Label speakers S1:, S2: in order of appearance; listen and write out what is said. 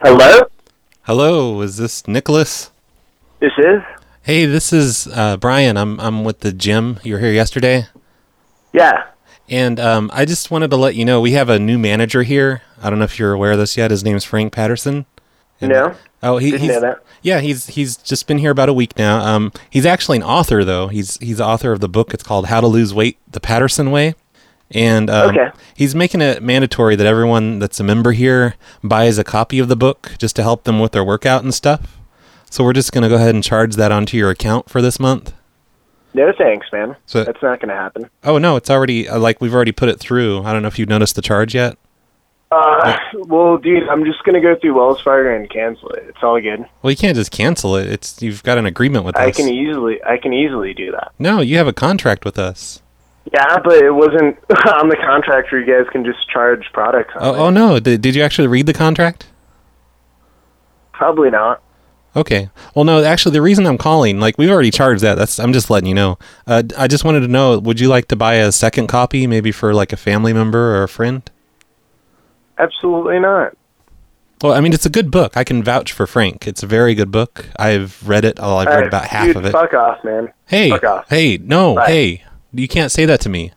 S1: Hello?
S2: Hello, is this Nicholas?
S1: This is?
S2: Hey, this is uh, Brian. I'm I'm with the gym. You were here yesterday,
S1: Yeah.
S2: and um, I just wanted to let you know we have a new manager here. I don't know if you're aware of this yet. His name's Frank Patterson. And-
S1: No?
S2: Oh, he,
S1: Didn't
S2: he's
S1: know that.
S2: yeah, he's he's just been here about a week now. Um, he's actually an author though. He's he's author of the book. It's called How to Lose Weight the Patterson Way, and um,
S1: Okay.
S2: he's making it mandatory that everyone that's a member here buys a copy of the book just to help them with their workout and stuff. So we're just gonna go ahead and charge that onto your account for this month.
S1: No thanks, man.
S2: So-
S1: That's not going to happen.
S2: Oh no, it's already uh, like we've already put it through. I don't know if you've noticed the charge yet.
S1: Uh, well, dude, I'm just going to go through Wells Fargo and cancel it. It's all good.
S2: Well, you can't just cancel it. It's you've got an agreement with
S1: I
S2: us.
S1: can e- easily I can easily do that.
S2: no, you have a contract with us.
S1: Yeah, but it wasn't on the contract where you guys can just charge products on
S2: Oh,
S1: it.
S2: oh no, did, did you actually read the contract?
S1: Probably not.
S2: Okay. Well, no, actually, the reason I'm calling, like, we've already charged that. That's I'm just letting you know. Uh, I just wanted to know, would you like to buy a second copy, maybe for like a family member or a friend?
S1: Absolutely not.
S2: Well, I mean, it's a good book. I can vouch for Frank. It's a very good book. I've read it. Oh, I've read
S1: Uh,
S2: about half
S1: dude,
S2: of it.
S1: Fuck off, man.
S2: hey,
S1: fuck off.
S2: hey, no,
S1: Bye.
S2: hey, you can't say that to me.